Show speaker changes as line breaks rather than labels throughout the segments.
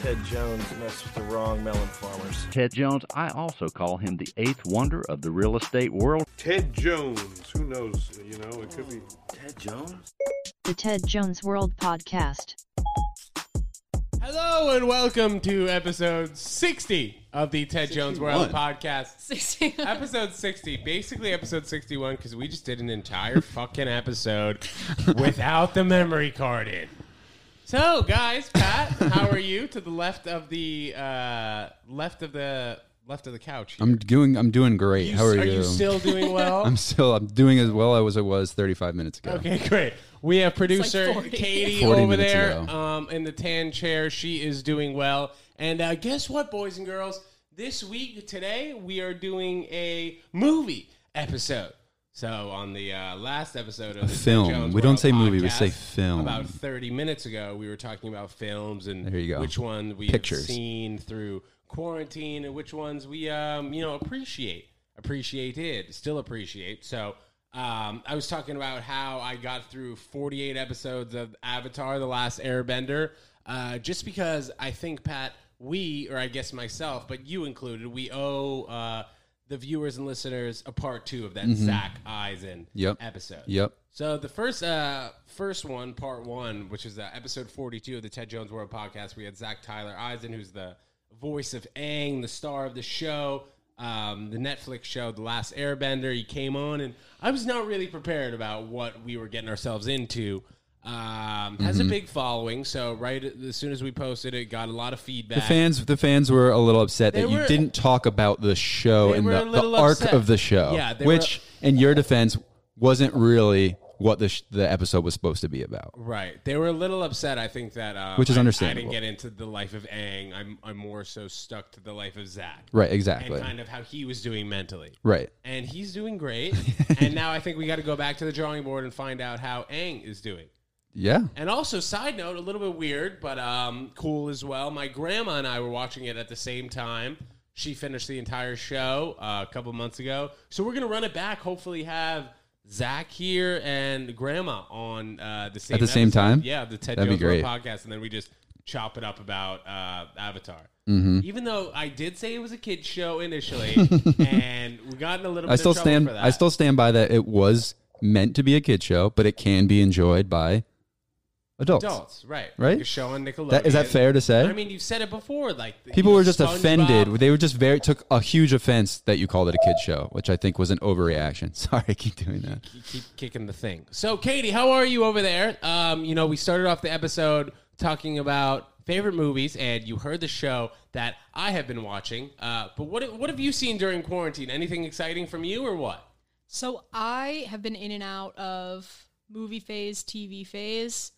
Ted Jones messed with the wrong melon farmers.
Ted Jones, I also call him the eighth wonder of the real estate world.
Ted Jones, who knows? You know, it could be.
Ted Jones?
The Ted Jones World Podcast.
Hello and welcome to episode 60 of the Ted Jones World Podcast.
60.
Episode 60, basically episode 61, because we just did an entire fucking episode without the memory card in. So, guys, Pat, how are you? To the left of the uh, left of the left of the couch.
I'm doing. I'm doing great. How are,
are you still doing well?
I'm still. I'm doing as well as I was 35 minutes ago.
Okay, great. We have producer
40.
Katie
40
over
minutes
there
ago.
um, in the tan chair. She is doing well. And uh, guess what, boys and girls? This week, today, we are doing a movie episode. So, on the uh, last episode of the Ted
film.
Jones
We don't
World
say movie, we
podcast,
say film.
About 30 minutes ago, we were talking about films and
There you go.
which one we have
Pictures.
seen through quarantine and which ones we um you know appreciate appreciated still appreciate so um i was talking about how i got through 48 episodes of avatar the last airbender uh just because i think pat we or i guess myself but you included we owe uh the viewers and listeners a part two of that zach eisen
Mm-hmm. Yep.
episode
Yep.
so the first uh first one, part one, which is uh, episode forty two of the Ted Jones World Podcast, we had Zach Tyler Eisen, who's the voice of Aang, the star of the show, um, the Netflix show, The Last Airbender. He came on, and I was not really prepared about what we were getting ourselves into. Um, has
Mm-hmm.
a big following, so right as soon as we posted it, got a lot of feedback.
The fans. The fans were a little upset
Ah. They
that
were-
you didn't talk about the show
They
and
were
the,
a little
the arc
upset.
of the show.
Yeah, they
which, in your defense, wasn't really what the sh- the episode was supposed to be about.
Right. They were a little upset, I think, that. Um,
Which is
I- I didn't
understandable.
get into the life of Aang. I'm, I'm more so stuck to the life of Zach.
Right. Exactly.
And kind of how he was doing mentally.
Right.
And he's doing great. and now I think we got to go back to the drawing board and find out how Aang is doing.
Yeah.
And also, side note, a little bit weird, but um, cool as well. My grandma and I were watching it at the same time. She finished the entire show uh, a couple months ago. So we're going to run it back, hopefully, have. Zach here and Grandma on uh, the same
the same
episode.
time?
Yeah, the Ted
That'd be
Jones World
great.
podcast, and then we just chop it up about uh, Avatar.
Mm-hmm.
Even though I did say it was a kids show initially, and we got in a little. Bit
I still
of trouble
stand.
For that.
I still stand by that. It was meant to be a kid show, but it can be enjoyed by adults.
adults, right?
Right?
Like a show on Nickelodeon.
That, is that fair to say?
I mean, you've said it before. Like the-
People
you
were
know,
just
SpongeBob-
offended. They were just very took a huge offense that you called it a kid show, which I think was an overreaction. Sorry, I keep doing that.
You keep kicking the thing. So, Katie, how are you over there? Um, you know, we started off the episode talking about favorite movies, and you heard the show that I have been watching. Uh, but what what have you seen during quarantine? Anything exciting from you, or what?
So I have been in and out of movie phase, TV phase.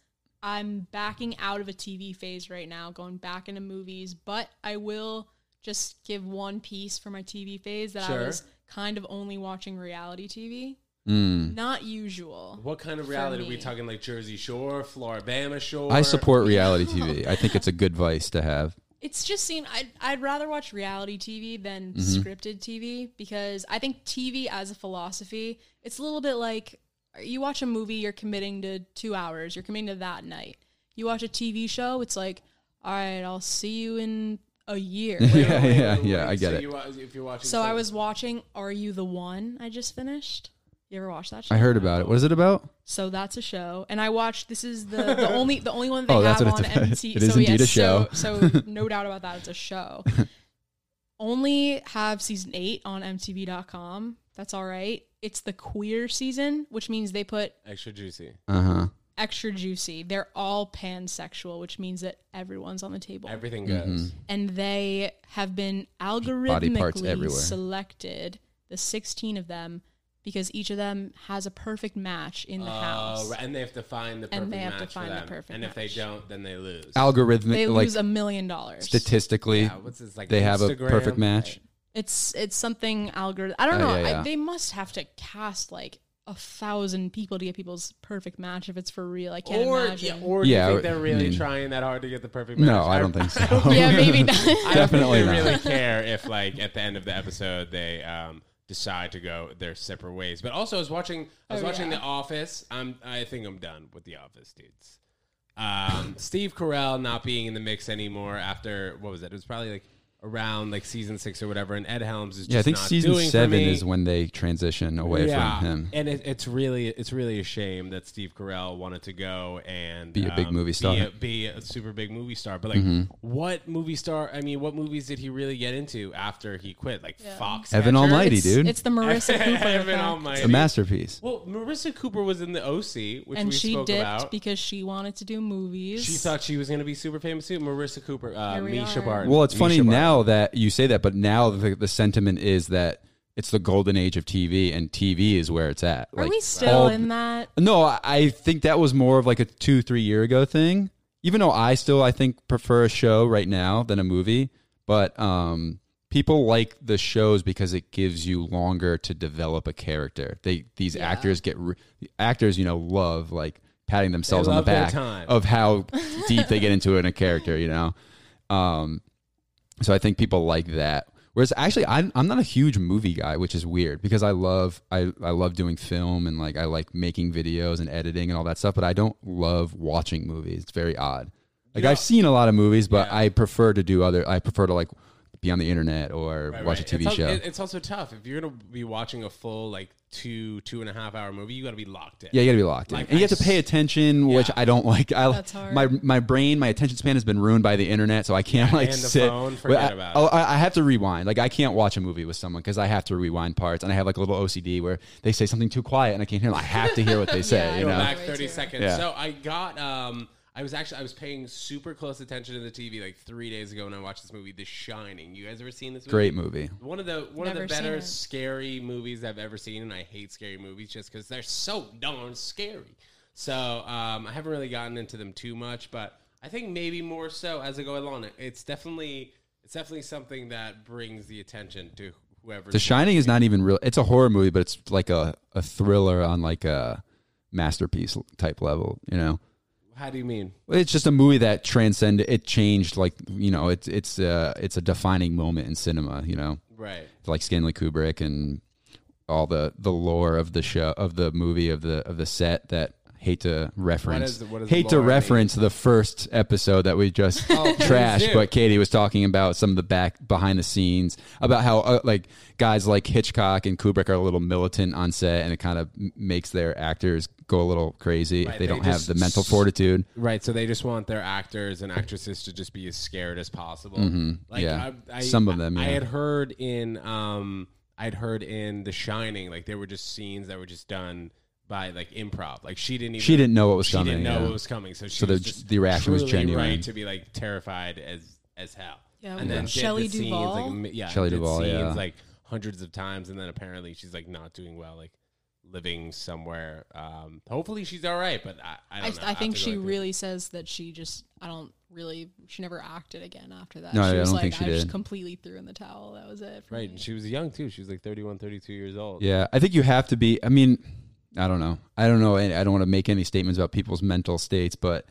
I'm backing out of a TV phase right now, going back into movies, but I will just give one piece for my TV phase that
Sure.
I was kind of only watching reality TV.
Hmm.
Not usual.
What kind of reality are we
me.
talking? Like Jersey Shore, Floribama Shore.
I support reality TV. I think it's a good vice to have.
It's just seen. I'd, I'd rather watch reality TV than
Mm-hmm.
scripted TV because I think TV as a philosophy, it's a little bit like you watch a movie, you're committing to two hours, you're committing to that night. You watch a TV show, it's like, all right, I'll see you in a year.
yeah, yeah, yeah. I get
so
it.
You, wa- if you're watching,
so I
some-
was watching Are You the One? I just finished. You ever watched that show?
I heard about it. What is it about?
So that's a show, and I watched. This is the, the only the only one they
Oh, that's
have
what
on
it's about.
MTV.
It is
so
indeed
yes,
a show.
So, so no doubt about that. It's a show. only have season eight on MTV.com. That's all right. It's the queer season, which means they put
extra juicy.
Uh huh.
extra juicy. They're all pansexual, which means that everyone's on the table,
Everything
Mm-hmm.
goes.
and they have been algorithmically
parts everywhere.
selected. The sixteen of them, because each of them has a perfect match in the house.
Oh, right, and they have to find the perfect
And they have to
match for
find the
them.
perfect
And if they
match.
don't, then they lose.
Algorithmic,
they
like
lose a million dollars.
statistically,
Yeah, what's this, like,
they have a
Instagram?
perfect match.
It's it's something algorithm. I don't
Oh,
know.
yeah, yeah.
I, they must have to cast like a thousand people to get people's perfect match if it's for real. I can't
or, yeah,
imagine. Yeah,
or do
Yeah,
you think they're
I
really
mean-
trying that hard to get the perfect match?
No, I don't think so.
maybe not.
I don't think
Definitely
they
not.
really care if, like, at the end of the episode, they um, decide to go their separate ways. But also, I was watching. I was
Oh,
watching
yeah.
The Office. I'm. I think I'm done with The Office, dudes. Um, Steve Carell not being in the mix anymore after what was it? It was probably like around like season six or whatever. And Ed Helms is just
Yeah, I think
not
season
doing for
seven
me.
is when they transition away from him.
And it, it's really it's really a shame that Steve Carell wanted to go and um,
Be a big movie star. Mm-hmm.
be a, be a super big movie star. But like, what movie star? I mean, what movies did he really get into after he quit? Like Fox,
Evan Almighty, dude.
It's the Marissa Cooper
Evan
effect.
Almighty.
a masterpiece.
well, Marissa Cooper was in the OC, which
and
we
she
spoke
dipped
about.
because she wanted to do movies.
she thought she was going to be super famous too. Marissa Cooper, uh,
Here we
Misha
are.
Barton.
Well, it's
Misha
funny
Barton.
now that you say that, but now the, the sentiment is that it's the golden age of TV, and TV is where it's at.
Are
Like,
we still
all-
in that?
No, I- I think that was more of like a two, three year ago thing. Even though I still, I think, prefer a show right now than a movie, but um, people like the shows because it gives you longer to develop a character. They these actors get re- actors, you know, love like patting themselves on the
love their
back
time.
of how deep they get into it in a character, you know. Um, so I think people like that. Whereas actually, I'm, I'm not a huge movie guy, which is weird because I love I, I love doing film and like I like making videos and editing and all that stuff. But I don't love watching movies. It's very odd. Like I've seen a lot of movies, but I prefer to do other. I prefer to like be on the internet or
Right,
watch
right.
a TV
it's al-
show.
it- it's also tough if you're going to be watching a full like two two and a half hour movie. You got to be locked in.
yeah, you gotta be locked in,
Like,
and you
I
have to pay
s-
attention, which
Yeah.
I don't like. I,
That's hard.
My my brain, my attention span has been ruined by the internet, so I can't
Yeah,
like
and the
sit.
phone,
Well,
forget
I,
about
oh,
it.
I, I have to rewind. Like I can't watch a movie with someone because I have to rewind parts, and I have like a little OCD where they say something too quiet and I can't hear. Them. I have to hear what they say. you
go
know,
back
Way
30
too.
seconds.
Yeah.
So I got um I was actually I was paying super close attention to the TV like 3 days ago when I watched this movie The Shining. You guys ever seen this movie?
great movie.
One of the one of
Never
the
seen
better
it.
scary movies I've ever seen and I hate scary movies just cuz they're so darn scary. So um I haven't really gotten into them too much but I think maybe more so as I go along. It's definitely it's definitely something that brings the attention to whoever
The Shining is not even real. It's a horror movie, but it's like a a thriller on like a masterpiece type level. You know.
How do you mean?
It's just a movie that transcended. It changed, like you know, it's it's uh, it's a defining moment in cinema. You know,
Right.
like Stanley Kubrick and all the the lore of the show of the movie of the of the set that hate to reference
is the- what does
hate to
lore mean?
reference the first episode that we just trashed
do.
but Katie was talking about some of the back behind the scenes about how uh, like guys like Hitchcock and Kubrick are a little militant on set and it kind of m- makes their actors go a little crazy if
Right,
they,
they
don't have
just
the mental
s-
fortitude
Right, so they just want their actors and actresses to just be as scared as possible. Like
Mm-hmm. yeah.
I, I,
Some of them,
I
yeah.
had heard in, um, I'd heard in The Shining, like there were just scenes that were just done by like improv. Like she didn't even
She didn't know what was
she
coming,
didn't know
yeah.
what was coming. So she
So the-
was just
the reaction was
truly
genuine.
right to be like terrified as as hell.
Yeah,
and then
yeah.
did
Shelley
the scenes,
Duvall?
like, mi- yeah,
Shelley
did
Duvall,
scenes,
yeah.
like hundreds of times, and then apparently she's like not doing well, like living somewhere. Um, hopefully she's all right, but I I,
I,
don't know.
I
have
think
to go
she
look at it.
really says that she just, I don't really, she never acted again after that.
No,
she
I
was
don't
like,
think she
I just
did.
completely threw in the towel. That was it. for
Right.
me.
And she was young too. She was like 31, 32 years old.
Yeah, I think you have to be. I mean, I don't know. I don't know. and I don't want to make any statements about people's mental states, but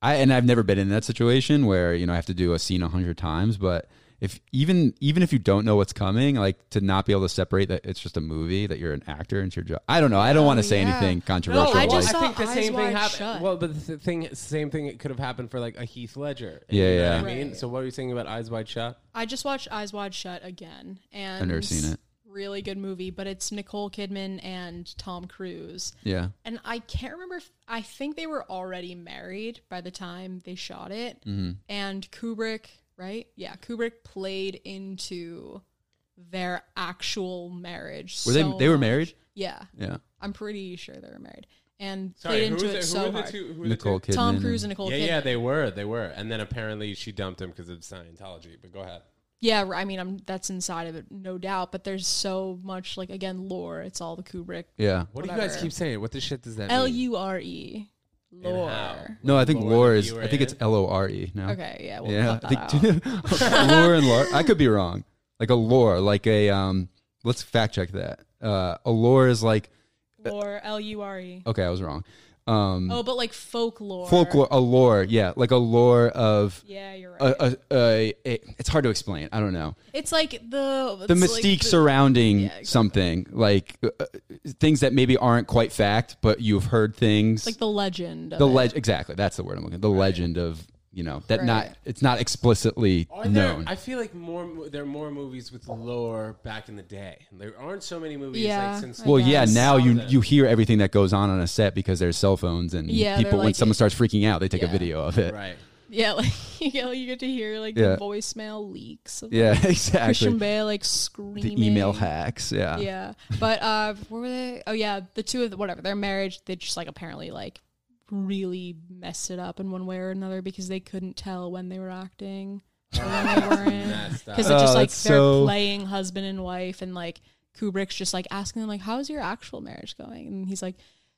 I and I've never been in that situation where you know I have to do a scene a hundred times. But if even even if you don't know what's coming, like to not be able to separate that it's just a movie that you're an actor and it's your job. I don't know. I don't want to say
Oh, yeah.
anything
No,
controversial.
I
like-
just saw Eyes Wide
happened.
Shut.
Well, but the thing, same thing could have happened for like a Heath Ledger.
Yeah,
You know
yeah.
what I mean,
Right.
so what are you saying about Eyes Wide Shut?
I just watched Eyes Wide Shut again. And
I've never seen it.
Really good movie, but it's Nicole Kidman and Tom Cruise.
yeah,
And I can't remember. If, I think they were already married by the time they shot it.
Mm-hmm.
And Kubrick, right? Yeah, Kubrick played into their actual marriage.
were they
so
they were
much.
married?
Yeah,
Yeah,
I'm pretty sure they were married. And played into it so hard.
Who
Nicole Kidman.
Tom
and-
Cruise and Nicole
Yeah,
Kidman.
yeah, they were, they were, and then apparently she dumped him because of Scientology. But go ahead.
Yeah, r- I mean, I'm that's inside of it, no doubt. But there's so much like again lore. It's all the Kubrick.
yeah.
What do you guys
Whatever.
keep saying? What the shit does that
L
mean?
U R E
how?
lore.
No, I think
Lore
lore
that
is.
you were
I think it's
in?
L O R E. No.
Okay, yeah, we'll
yeah,
cut that out.
lore and lore. I could be wrong. Like a lore, like a um. Let's fact check that. Uh, a lore is like
Lore L U R E.
okay, I was wrong. um
Oh, but like folklore.
Oh. folklore a lore yeah like a lore of
Yeah, you're right.
a, a, a, a it's hard to explain i don't know
it's like the
the
it's like
mystique
the-
surrounding
Yeah, exactly.
something like uh, uh, things that maybe aren't quite fact but you've heard things
It's like the legend. of
the
it.
legend exactly that's the word i'm looking at the legend of you know that not
Right.
it's not explicitly
Are there,
known
I feel like more there are more movies with lore back in the day. There aren't so many movies
Yeah,
like since
I
well yeah
guess.
now you
Something.
you hear everything that goes on on a set because there's cell phones and
Yeah, they're
people when
like-
someone starts freaking out they take a
Yeah.
video of it
right.
Yeah, like you, know, you get to hear like
Yeah.
the voicemail leaks. Of,
yeah
Christian
exactly
Bale like screaming.
the email hacks yeah
Yeah, but uh, what were they? Oh yeah, the two of the, whatever their marriage, they just like apparently like really messed it up in one way or another because they couldn't tell when they were acting or when they weren't
Messed up.
because
Oh,
it's just like
that's
they're
so-
playing husband and wife and like Kubrick's just like asking them like how's your actual marriage going and he's like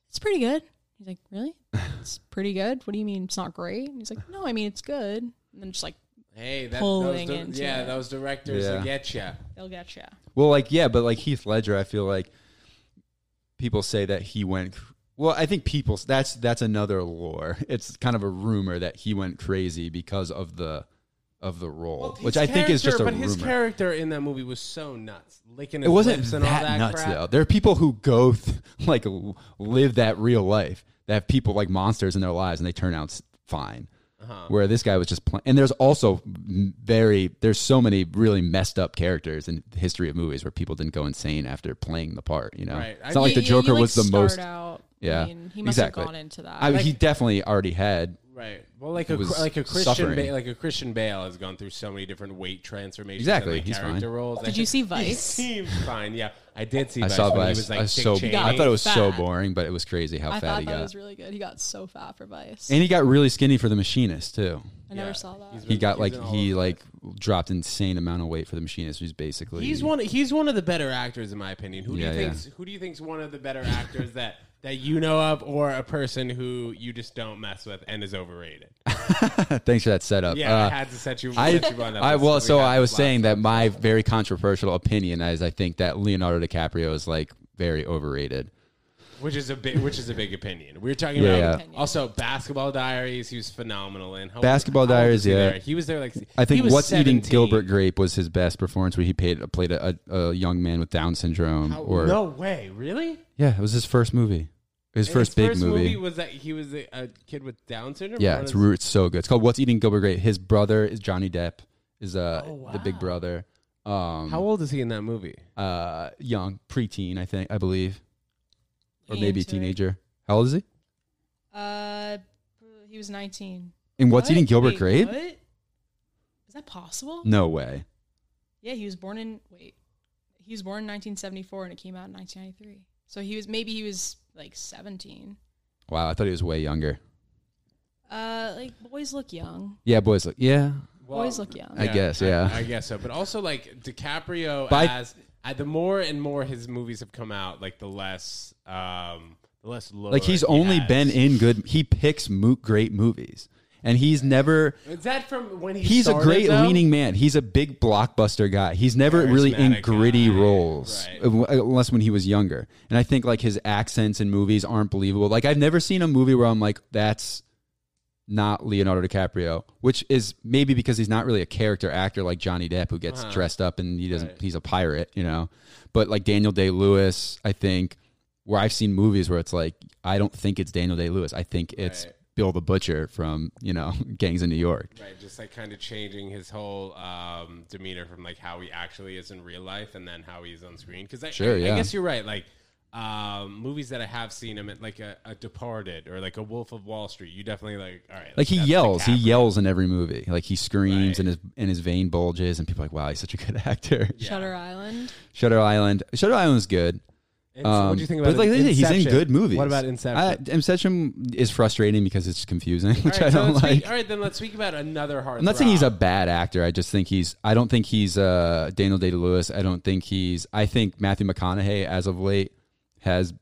it's pretty good he's like really it's pretty good what do you mean it's not great and he's like no I mean it's good and then just like
Hey, that,
Pulling
those, di-
into
yeah,
it.
those directors will
Yeah.
get you.
they'll get you
Well, like yeah, but like Heath Ledger, I feel like people say that he went. cr- Well, I think people that's that's another lore. It's kind of a rumor that he went crazy because of the of the role, which I think is just a
But
rumor.
his character in that movie was so nuts, licking his
it wasn't
lips
that,
and all that
nuts
crap.
though. There are people who go th- like l- live that real life. That have people like monsters in their lives and they turn out s- fine.
Uh-huh.
Where this guy was just playing, and there's also m- very there's so many really messed up characters in the history of movies where people didn't go insane after playing the part. You know,
Right.
it's not like the
You- you,
Joker
like,
was the
start
most.
out.
Yeah,
I mean, he must
exactly.
have gone into that
I, he definitely already had.
Right. Well, like a
was
like a Christian
suffering.
ba- like a Christian Bale has gone through so many different weight transformations.
Exactly,
And like
he's fine.
character roles. I
Did you
think
see
He
Vice?
seemed fine. Yeah, I did see.
I
Vice
saw
when he
Vice.
was, like,
I was
Dick
so
Cheney.
I thought it was so
fat.
boring, but it was crazy how fat
I thought
he
that
got.
was really good. He got so fat for Vice.
and he got really skinny for the machinist too.
I never
Yeah.
saw that.
He's
He got
He's
like
in all
he
of it.
like dropped insane amount of weight for the machinist. He's basically
He's one. He's one of the better actors, in my opinion. Who do
Yeah,
you
yeah.
think's Who do you think's one of the better actors that that you know of, or a person who you just don't mess with and is overrated?
Thanks for that setup.
Yeah, I
Uh,
had to set you.
I,
set you on that
I
because
well,
we
so
had
I was
this
saying
last
that my very controversial opinion is I think that Leonardo DiCaprio is like very overrated.
time, which is a big, which is a big opinion. We were talking
Yeah,
about
yeah.
also Basketball Diaries. He was phenomenal in How-
Basketball
how old
Diaries,
was he
yeah.
there? he was there like
I
he
think
was
What's Eating
17.
Gilbert Grape was his best performance, where he paid, played a, a, a young man with Down syndrome.
How-
or
no way, really?
yeah, it was his first movie, his
And
first
his
big
first
movie.
was that he was a, a kid with Down syndrome.
yeah,
Or
it's
was-
ru- it's so good. It's called What's Eating Gilbert Grape. His brother is Johnny Depp, is uh the big brother. Um,
Oh, How old is he in that movie?
uh, young preteen, I think, I believe, or
Lean
maybe a
into it.
teenager. How old is he?
Uh, he was 19.
And What's
What?
Eating Gilbert
Wait,
Grape?
what? Is that possible?
No way.
Yeah, he was born in wait. He was born in 1974 and it came out in 1993. So he was maybe he was like 17.
Wow, I thought he was way younger.
Uh, like boys look young.
Yeah, boys. Like, yeah,
boys look young.
I guess, yeah.
I, I guess so. But also, like DiCaprio,
But I-
as uh, the more and more his movies have come out, like the less, um, the less lower
like he's
he
only
has.
been in good. He picks mo- great movies, and he's never.
Is that from when he?
He's a
started,
great
though?
leaning man. He's a big blockbuster guy. He's never really in
Charismatic
gritty
guy,
roles,
right.
uh, unless when he was younger. And I think like his accents in movies aren't believable. Like I've never seen a movie where I'm like, that's not Leonardo DiCaprio, which is maybe because he's not really a character actor like Johnny Depp, who gets
Uh-huh.
dressed up and he doesn't. He's a pirate, you know. But like Daniel Day Lewis, I think where I've seen movies where it's like, I don't think it's Daniel Day Lewis. I think it's
Right.
Bill the Butcher from you know Gangs in New York.
Right, just like kind of changing his whole um, demeanor from like how he actually is in real life and then how he is on screen. Because I,
Sure,
I,
yeah.
I guess you're right. Like um, movies that I have seen him in, like a, a Departed or like a Wolf of Wall Street. You definitely like all right.
like he
that's
yells he
DiCaprio.
yells in every movie like he screams and his and his vein bulges and people are like wow he's such a good actor
Shutter Island.
shutter island shutter island's good
And so what
Um,
do you think
but
about
like
it?
I said, he's in
Inception?
good movies
What about Inception?
I, inception is frustrating because it's confusing which
All
i
right, so
don't
let's
like
Speak, all right, then let's speak about another hard.
i'm not saying he's a bad actor i just think he's i don't think he's uh daniel day-lewis i don't think he's i think matthew mcconaughey as of late has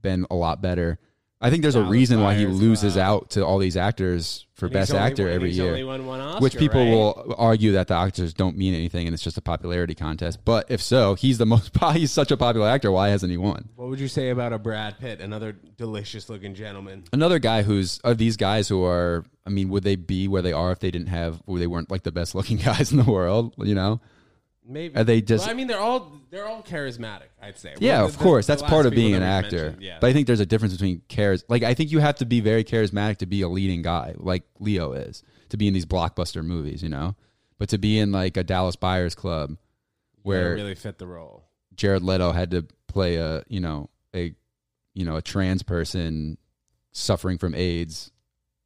been a lot better I think there's a
Dallas
reason why he
Buyers,
loses
wow.
out to all these actors for
And he's
best
only
actor
won-
every
he's
year.
only won one Oscar,
which people
right?
will argue that the actors don't mean anything and it's just a popularity contest. But if so, he's the most po- he's such a popular actor. Why hasn't he won?
What would you say about a Brad Pitt, another delicious-looking gentleman?
Another guy who's of these guys who are. I mean, would they be where they are if they didn't have or they weren't like the best looking guys in the world? You know.
Maybe
Are they just-
Well, I mean, they're all they're all charismatic. I'd say.
Yeah,
Well,
of
the-
course.
the
That's
last
part of
people
being
that
an
we've
actor.
mentioned, Yeah.
But I think there's a difference between charis. Like I think you have to be very charismatic to be a leading guy, like Leo is, to be in these blockbuster movies, you know. But to be in like a Dallas Buyers Club,
They
where
really fit the role.
Jared Leto had to play a you know a you know a trans person suffering from AIDS,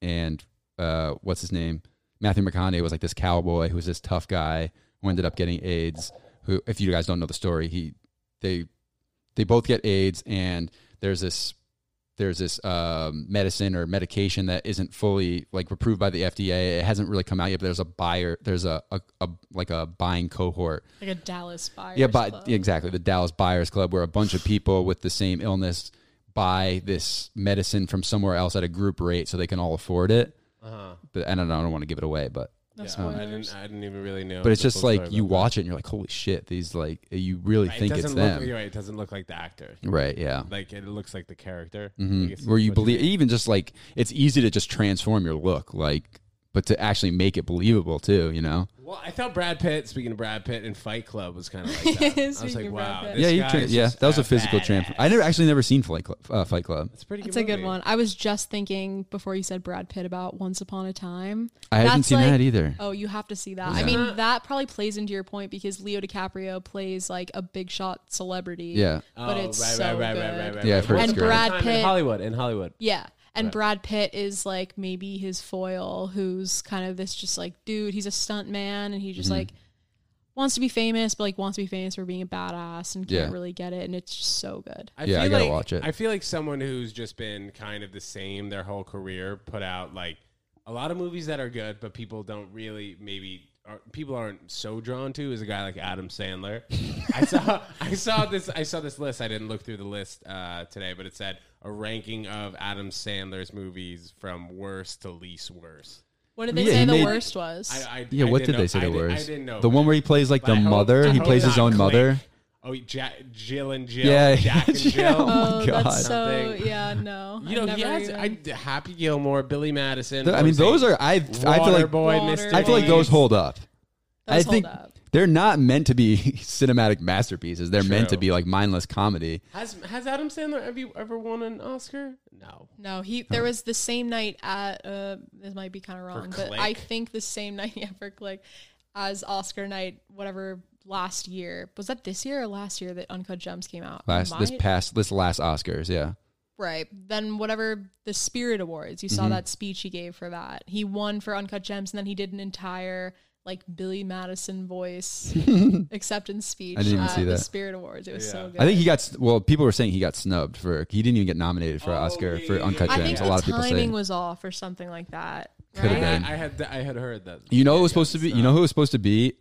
and uh, what's his name? Matthew McConaughey was like this cowboy who was this tough guy who ended up getting AIDS. Who, if you guys don't know the story, he they they both get AIDS, and there's this there's this um, medicine or medication that isn't fully like approved by the FDA. It hasn't really come out yet. But there's a buyer, there's a, a, a like a buying cohort
Like a Dallas Buyers
yeah, but
Club.
exactly the Dallas Buyers Club, where a bunch of people with the same illness buy this medicine from somewhere else at a group rate, so they can all afford it.
Uh huh.
But and I don't, I don't want to give it away, but
Yeah. I didn't. I didn't even really know.
but it's
the
just
full
like
story
you
about
watch it and you're like, holy shit, these like you really
that. Right,
think
it
it's
doesn't look,
them,
You're right. It doesn't look like the actor.
right? Yeah.
Like it looks like the character. I
Mhm.
guess
Where
is
you
what you're
believe, even just like it's easy to just transform your look, like, but to actually make it believable too, you know?
Well, I thought Brad Pitt. Speaking of Brad Pitt in Fight Club, was kind of like that. I was
Speaking
like,
of
wow.
Brad Pitt.
this
yeah, you
guy
tra-
is
yeah,
just
that was
a
a physical transform. I never actually never seen Fight Club. Uh, Fight Club.
It's pretty. Good
That's a good
movie.
one. I was just thinking before you said Brad Pitt about Once Upon a Time.
I haven't
That's
seen
like-
that either.
Oh, you have to see that.
Yeah.
I mean, that probably plays into your point because Leo DiCaprio plays like a big shot celebrity.
Yeah.
But
Oh,
it's
right,
so
right, right,
good.
right, right, right,
Yeah,
right.
I've heard it's
Once
good.
upon a time
And Brad
in
Pitt-
Hollywood, in Hollywood.
Yeah. And
Right.
Brad Pitt is like maybe his foil, who's kind of this just like dude, he's a stunt man and he just
Mm-hmm.
like wants to be famous, but like wants to be famous for being a badass and can't
Yeah.
really get it. And it's just so good.
I
Yeah, I
feel
gotta
like-
watch it.
I feel like someone who's just been kind of the same their whole career put out like a lot of movies that are good, but people don't really maybe are, people aren't so drawn to is a guy like Adam Sandler. I saw I saw this I saw this list. I didn't look through the list uh, today, but it said a ranking of Adam Sandler's movies from worst to least worst.
What did they
Yeah,
say
he
the
made-
worst was?
I, I,
Yeah,
I
what
didn't
did
know-
they say
I
the
did-
worst?
I didn't know.
The one where he plays like
But I
the
hope-
mother.
I
He
hope
plays his
not
own
Clay.
mother.
Oh, Ja Jill and Jill.
Yeah.
Jack and
Yeah.
Jill.
Oh
oh,
my God.
that's so
Something.
yeah, no.
You know,
I've
he
never
has I,
even-
Happy Gilmore, Billy Madison.
I mean,
Jose,
those are I. I feel like
Waterboy,
Water
Mr.
I feel like
Boys.
those hold up. I
Those hold
think
up.
they're not meant to be cinematic masterpieces. They're meant to
True.
be like mindless comedy.
Has Has Adam Sandler ever ever won an Oscar? No.
No, he there was the same night at uh this might be kind of wrong, but I
Click?
think the same night yeah, for like as Oscar night whatever last year. Was that this year or last year that Uncut Gems came out?
Last this
Might-
past this last Oscars, yeah.
Right. Then whatever the Spirit Awards, you
Mm-hmm.
saw that speech he gave for that. He won for Uncut Gems and then he did an entire like Billy Madison voice acceptance speech
I didn't even
at
see
the
that.
Spirit Awards. It was so good.
I think he got s- well. People were saying he got snubbed for. He didn't even get nominated for
Oh,
Oscar
yeah,
for
yeah,
Uncut
yeah.
I
Gems.
think
A
the
lot of people
timing
saying.
was off or something like that.
Coulda
right?
been.
I, I had I had heard that.
you know, it was
Yeah,
supposed to be.
it's
You know
not-
who was supposed to be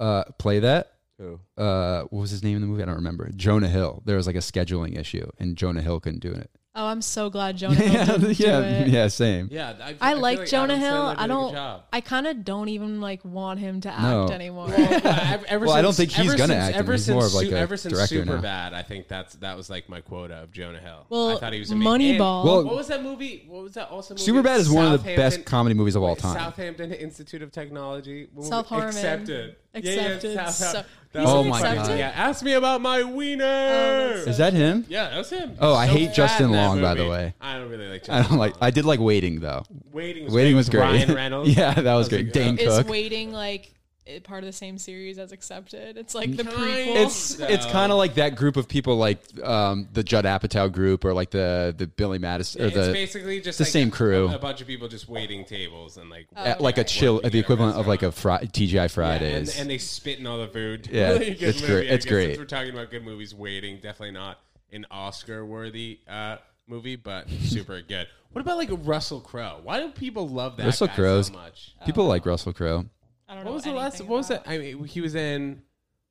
uh, play that.
who?
Uh, what was his name in the movie? I don't remember. Jonah Hill. There was like a scheduling issue, and Jonah Hill couldn't do it.
Oh, I'm so glad Jonah Hill
yeah,
didn't do
yeah,
it.
yeah, same.
Yeah, I,
I,
feel
like, Jonah
Adam Sandler
Hill.
did a
I
good
don't.
job.
I kind of don't even like want him to act
No.
anymore.
I've- ever
Well, I don't
since-
think he's
ever
gonna
since-
act in it.
Ever
He's
since,
more of like
Su-
a
ever since
director now.
Superbad, I think that's that was like my quota of Jonah Hill.
Well,
I thought he was amazing.
Moneyball.
And
Well-
what was that movie? What was that also? Movie?
Superbad is one of the best
Southampton-
comedy movies of all
Wait,
time.
Southampton Institute of Technology. What was
South
it?
Harmon.
Accepted.
Accepted.
Yeah, yeah, South-
So-
that
He's
Oh
was
my
funny.
God.
Yeah, ask me about my wiener.
Oh, that's
Is that him?
yeah, that was him.
Oh, I hate
fat
Justin
in that
Long, by the
movie.
way.
I don't really like. Justin
I don't like.
Long.
I did like waiting though.
Waiting was
Waiting
great.
was great.
Ryan Reynolds.
yeah, that was
That was
great.
a-
Dane
Is
Cook.
waiting like i- part of the same series as Accepted? It's like the
Kind
prequel.
of.
It's it's kind of like that group of people, like um, the Judd Apatow group, or like the the Billy Madison, or
it's
the
basically just
the
like
same
a-
crew.
A, bunch of people just waiting tables and like
Oh,
at, like a chill,
working
the
at
equivalent of like a
restaurant.
fri- TGI
Yeah,
Fridays.
and, and they spit in all the food.
Yeah,
Really good
it's
movie.
great.
I
It's
guess
great.
Since we're talking about good movies, waiting definitely not an Oscar-worthy uh, movie, but super good. What about like Russell Crowe? Why do people love that
Russell
guy
Crowe's-
so much?
People like Russell Crowe.
I don't know
What was the
anything
last? What was
about
that? I mean, he was in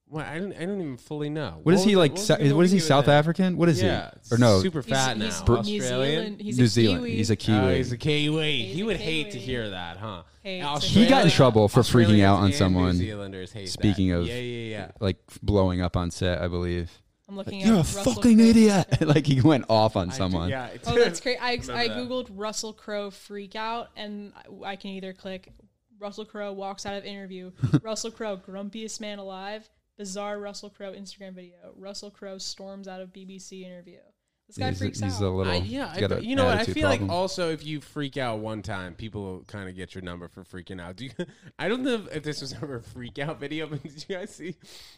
Well, I don't. I don't even fully know.
What is
was
he
it-
like?
what was
Sa-
the
what is he?
movie with
South
him?
African? What is
Yeah,
he? Or no?
super
He's-
fat
he's
now.
from New
Australian.
Zealand. He's
New
a
Zealand.
Kiwi.
He's a Kiwi.
Oh, he's a Kiwi.
He's
he
a
would hate to
Kiwi.
hear that, huh?
Hates it.
He got in
Australia-
trouble for freaking
Australians
out on
and
someone.
New Zealanders hate that.
Speaking of-
yeah, yeah, yeah.
like blowing up on set, I believe.
I'm looking
You're a
at Russell
fucking
Crowe.
idiot! like he went off on
I-
someone.
yeah,
Oh, that's great. I,
Remember
I
that.
googled Russell Crowe freak out, and I- I can either click Russell Crowe walks out of interview, Russell Crowe grumpiest man alive, bizarre Russell Crowe Instagram video, Russell Crowe storms out of BBC interview. This guy
he's,
freaks
he's
out.
a little.
I, yeah,
he's
I,
got a
you know what? I
attitude
feel like
problem.
also if you freak out one time, people kind of get your number for freaking out. Do you, I don't know if this was ever a freak out video, but did you guys see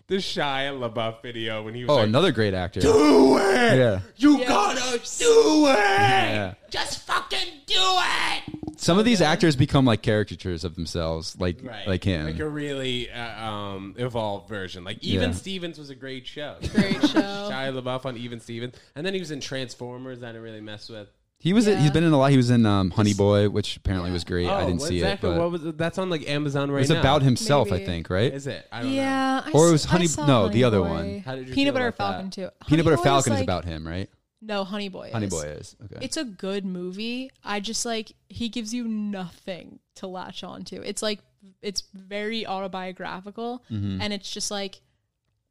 the Shia LaBeouf video when he was
Oh,
like,
another great actor.
"Do it,
Yeah.
you
Yeah.
gotta do it,
Yeah.
just fucking do it."
Some of these actors become like caricatures of themselves, like
Oh, Right.
like him.
like a really uh, um, evolved version. Like Even
Yeah.
Stevens was a great show.
Great show.
Shia LaBeouf on Even Stevens, and then he was in Transformers. I didn't really mess with.
he was in- he's
Yeah.
been in a lot. He was in um, Honey Boy, which apparently was great. I didn't
what-
see
Oh, exactly,
it, but
what was it? that's on like Amazon right
it's
now.
about himself, I
Maybe.
think. Right?
Is it? I don't know.
yeah, I
Or it
s-
was
I
Honey-
saw
no, the
Honey
other
Boy.
one.
How did you feel
Peanut Butter
about that?
Falcon too.
Peanut Butter
Boy
Falcon is
like-
about him, right?
no Honey Boy.
Honey
is.
Boy is okay.
It's a good movie. I just like he gives you nothing to latch on to. It's like it's very autobiographical and it's just like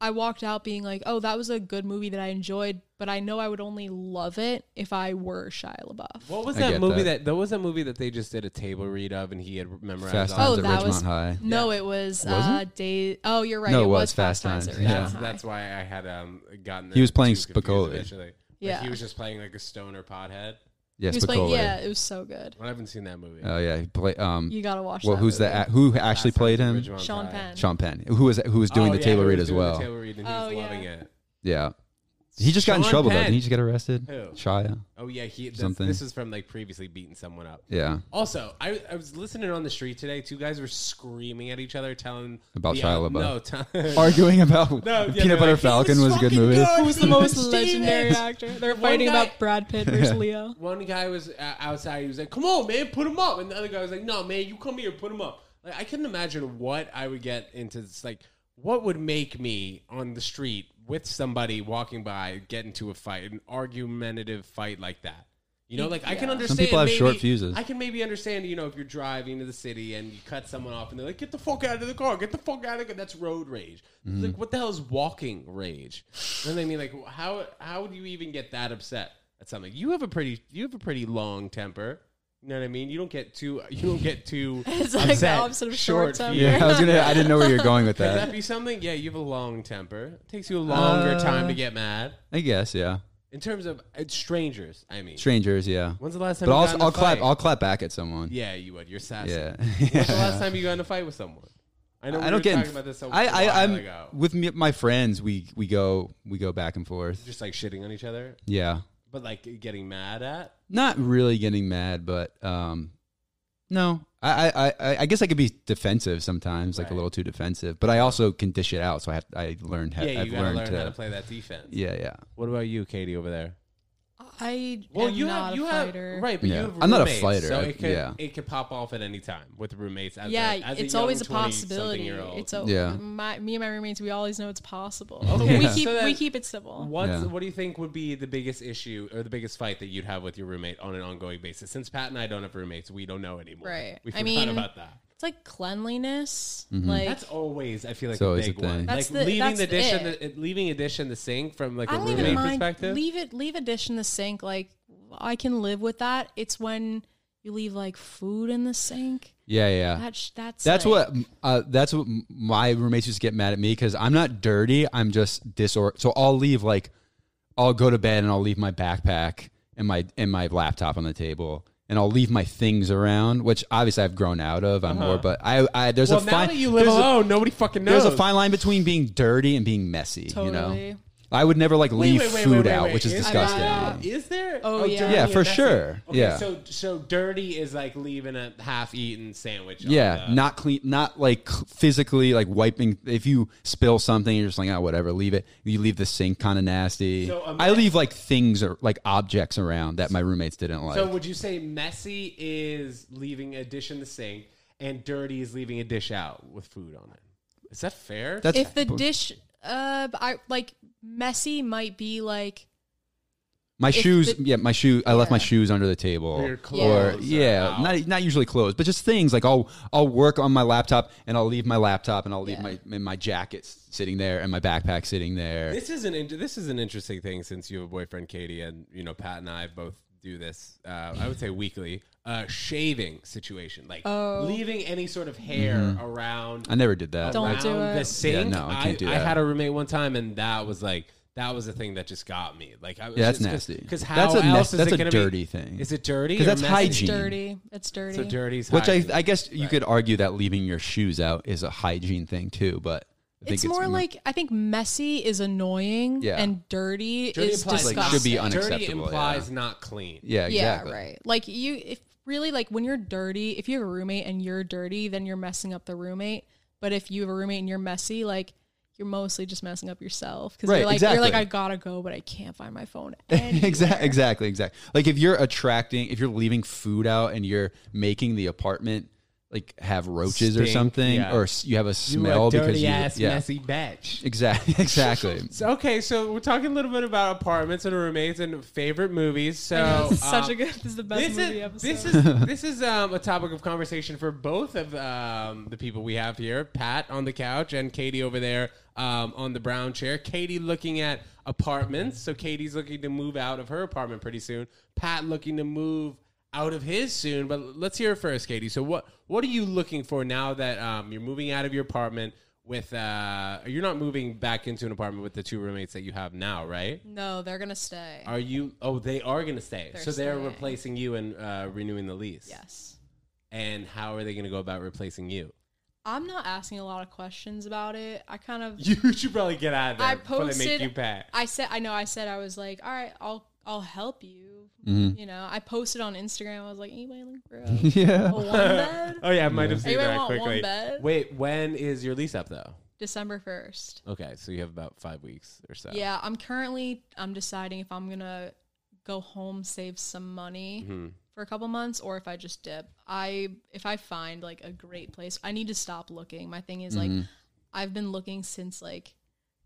I walked out being like, "Oh, that was a good movie that I enjoyed, but I know I would only love it if I were Shia LaBeoff."
What was
I
that
get
movie
that.
that. that was that movie that they just did a table read of and he had memorized
Fast
all
Times
Oh,
the-
at
that
Ridgemont
was-
High.
No, it was,
Was
uh day Oh, you're right.
No,
it was, Fast Times. at
yeah.
Ridgemont
That's,
High.
that's why I had um gotten.
He was
them
playing
too confused
Spicoli.
initially. Like,
Yeah.
he was just playing like a stoner pothead.
Yes,
He was playing-
Piccolo.
yeah, it was so good.
Well, I haven't seen that movie.
Oh yeah, he play. Um,
You got to watch
well,
that
who's
movie.
that? Who actually
Fast Times
played
at
him?
Ridgemont
Sean
High.
Penn.
Sean Penn, who was who was doing
Oh,
the
yeah,
table
he
read
was
as
doing the
well.
table read and he was
Oh, yeah.
loving it.
Yeah. He just got in
Sean
trouble though.
Penn.
Didn't he just get arrested?
Who?
Shia.
Oh yeah, he. This,
Something.
this is from like previously beating someone up.
Yeah.
Also, I, I was listening on the street today. Two guys were screaming at each other, telling
About
the,
Shia LaBeouf.
No, tell-
Arguing about
No, yeah, they're
Peanut Butter
like, he
Falcon
was
was a good
fucking
movie.
good.
Who's the most legendary actor? They're fighting
guy-
about Brad Pitt versus Leo.
One guy was uh, outside. He was like, "Come on, man, put him up," and the other guy was like, "No, man, you come here, put him up." Like, I couldn't imagine what I would get into. This, like, what would make me on the street with somebody walking by get into a fight, an argumentative fight like that? You know, like I can understand.
people have
maybe-
short fuses.
I can maybe understand, you know, if you're driving to the city and you cut someone off and they're like, "Get the fuck out of the car! Get the fuck out of the car!" That's road rage.
Mm-hmm.
Like, what the hell is walking rage? And I mean, like, how how do you even get that upset at something? You have a pretty you have a pretty long temper. You know what I mean? You don't get too you don't get too
It's like the
upset,
opposite of short temper.
fuse.
Yeah, I was gonna. I didn't know where you were going with
Could that
that.
be something? Yeah, you have a long temper. It takes you a longer
Uh,
time to get mad.
I guess. Yeah.
In terms of it's strangers, I mean.
Strangers. Yeah.
When's the last time
But
you
I'll
got in a
I'll clap.
fight?
I'll clap back at someone.
Yeah, you would. You're sassy.
Yeah.
When's the last time you got in a fight with someone? I know we
I
were
don't get.
talking
in-
about this a
I
while uh,
I I'm
ago.
with me, my friends. We we go we go back and forth.
Just like shitting on each other,
Yeah.
but like getting mad at.
Not really getting mad, but um, no. I, I, I, I guess I could be defensive sometimes, like a
Right.
little too defensive. But I also can dish it out, so I have, I learned how,
Yeah, you
I've
gotta
learned
learn
to,
how to play that defense.
yeah yeah.
What about you, Katie, over there?
I
Well,
am
you
not
have
a
you
fighter.
have right, but
Yeah.
you have
I'm not a
roommates,
fighter.
so
I-
it could
yeah.
it could pop off at any time with roommates. As
yeah,
a, as
it's
a young
always a
20-something
possibility.
year old.
It's a,
Yeah.
my, me and my roommates, we always know it's possible.
Okay.
We
Yeah.
keep
So then-
we keep it civil.
What's,
Yeah.
What do you think would be the biggest issue or the biggest fight that you'd have with your roommate on an ongoing basis? Since Pat and I don't have roommates, we don't know anymore.
Right.
We
I
forgot
mean,
about that.
It's like cleanliness.
Mm-hmm.
Like
That's always I feel like
It's
a
always
big
a thing.
one.
That's
like
the-
leaving
that's
the dish in
it.
the leaving a dish in the sink from like
I
a
don't even
roommate
mind.
perspective.
Leave it leave a dish in the sink. Like I can live with that. It's when you leave like food in the sink.
Yeah, yeah.
That's that's
That's
like-
what uh, that's what my roommates used to get mad at me because I'm not dirty. I'm just disor. So I'll leave like I'll go to bed and I'll leave my backpack and my and my laptop on the table and I'll leave my things around, which obviously I've grown out of. I'm more, but I, I there's
Uh-huh. well,
a
now
fine
that you live
there's,
alone, nobody fucking
a,
knows.
there's a fine line between being dirty and being messy. You know,
Totally.
I would never like
Wait,
leave
wait, wait,
food
wait, wait,
out,
wait.
which is
Is
disgusting.
that- Is there?
Oh, yeah.
dirty
Yeah,
and
for
messy.
sure.
Okay,
Yeah.
So so dirty is like leaving a half-eaten sandwich. on
Yeah,
the-
not clean, not like cl- physically like wiping. If you spill something, you're just like, oh, whatever, leave it. You leave the sink kind of nasty.
So, um,
I leave like things or like objects around that my roommates didn't like.
So would you say messy is leaving a dish in the sink and dirty is leaving a dish out with food on it? Is that fair?
That's
if the dish Uh, but I like messy might be like
My
If
shoes,
the-
yeah, my shoes. I left my
Yeah.
shoes under the table.
Your
or
clothes are
yeah,
out.
not not usually clothes, but just things like I'll I'll work on my laptop and I'll leave my laptop and I'll leave
Yeah.
my my my jacket s- sitting there and my backpack sitting there.
This is an in- this is an interesting thing since you have a boyfriend, Katie, and you know Pat and I both do this. Uh, I would say weekly. Uh, shaving situation, like
Oh.
leaving any sort of hair around.
Mm-hmm. I never did that.
Don't- do
around
it.
The sink.
no, I can't do
I
that.
had a roommate one time, and that was like that was the thing that just got me. Like, I was
Yeah, that's nasty.
Because how
That's
else
a nas-
is
that's
it
a
gonna
dirty
be,
thing.
Is it dirty?
'Cause
or
that's
messy?
hygiene.
dirty. It's dirty.
So dirty's
Which I,
hygiene.
I guess you could argue that leaving your shoes out is a hygiene thing too, but I think
It's more like I think messy is annoying
Yeah.
and dirty,
Dirty
is
implies
disgusting.
like, should be
Dirty
unacceptable,
implies not clean.
yeah, exactly.
Yeah, right. Like you, if really like when you're dirty, if you have a roommate and you're dirty, then you're messing up the roommate. But if you have a roommate and you're messy, like you're mostly just messing up yourself because
Right,
you're like you're like
exactly.
I gotta go, but I can't find my phone.
exactly, exactly, exactly. Like if you're attracting, if you're leaving food out and you're making the apartment like have roaches or
Stink,
something,
yeah.
or s- you have a
You
smell
a
because
dirty
you,
ass
yeah,
messy bitch.
exactly, exactly.
So, okay, so we're talking a little bit about apartments and roommates and favorite movies. So
This is such
um,
a good. This is the best
This
movie
is,
episode.
this is this is um, a topic of conversation for both of um, the people we have here, Pat on the couch and Katie over there um, on the brown chair. Katie looking at apartments, so Katie's looking to move out of her apartment pretty soon. Pat looking to move out of his soon, but let's hear it first, Katie. So what what are you looking for now that um, you're moving out of your apartment? With uh, you're not moving back into an apartment with the two roommates that you have now, right?
no, they're gonna stay.
Are you? Oh, they are going to stay.
They're
so they're
staying.
replacing you and uh, renewing the lease.
yes,
And how are they going to go about replacing you?
I'm not asking a lot of questions about it. I kind of
You should probably get out of there
I
before they make
posted-
you pay.
I said I know I said I was like, all right, I'll I'll help you.
Mm-hmm.
You know, I posted on Instagram. I was like, anybody looking for a,
yeah.
a one bed?
oh yeah, I might have seen
Anybody
that
want one
quickly.
bed?
Wait, when is your lease up though?
December first.
Okay, so you have about five weeks or so.
Yeah, I'm currently I'm deciding if I'm gonna go home, save some money
Mm-hmm.
for a couple months, or if I just dip. I if I find like a great place, I need to stop looking. My thing is like I've been looking since like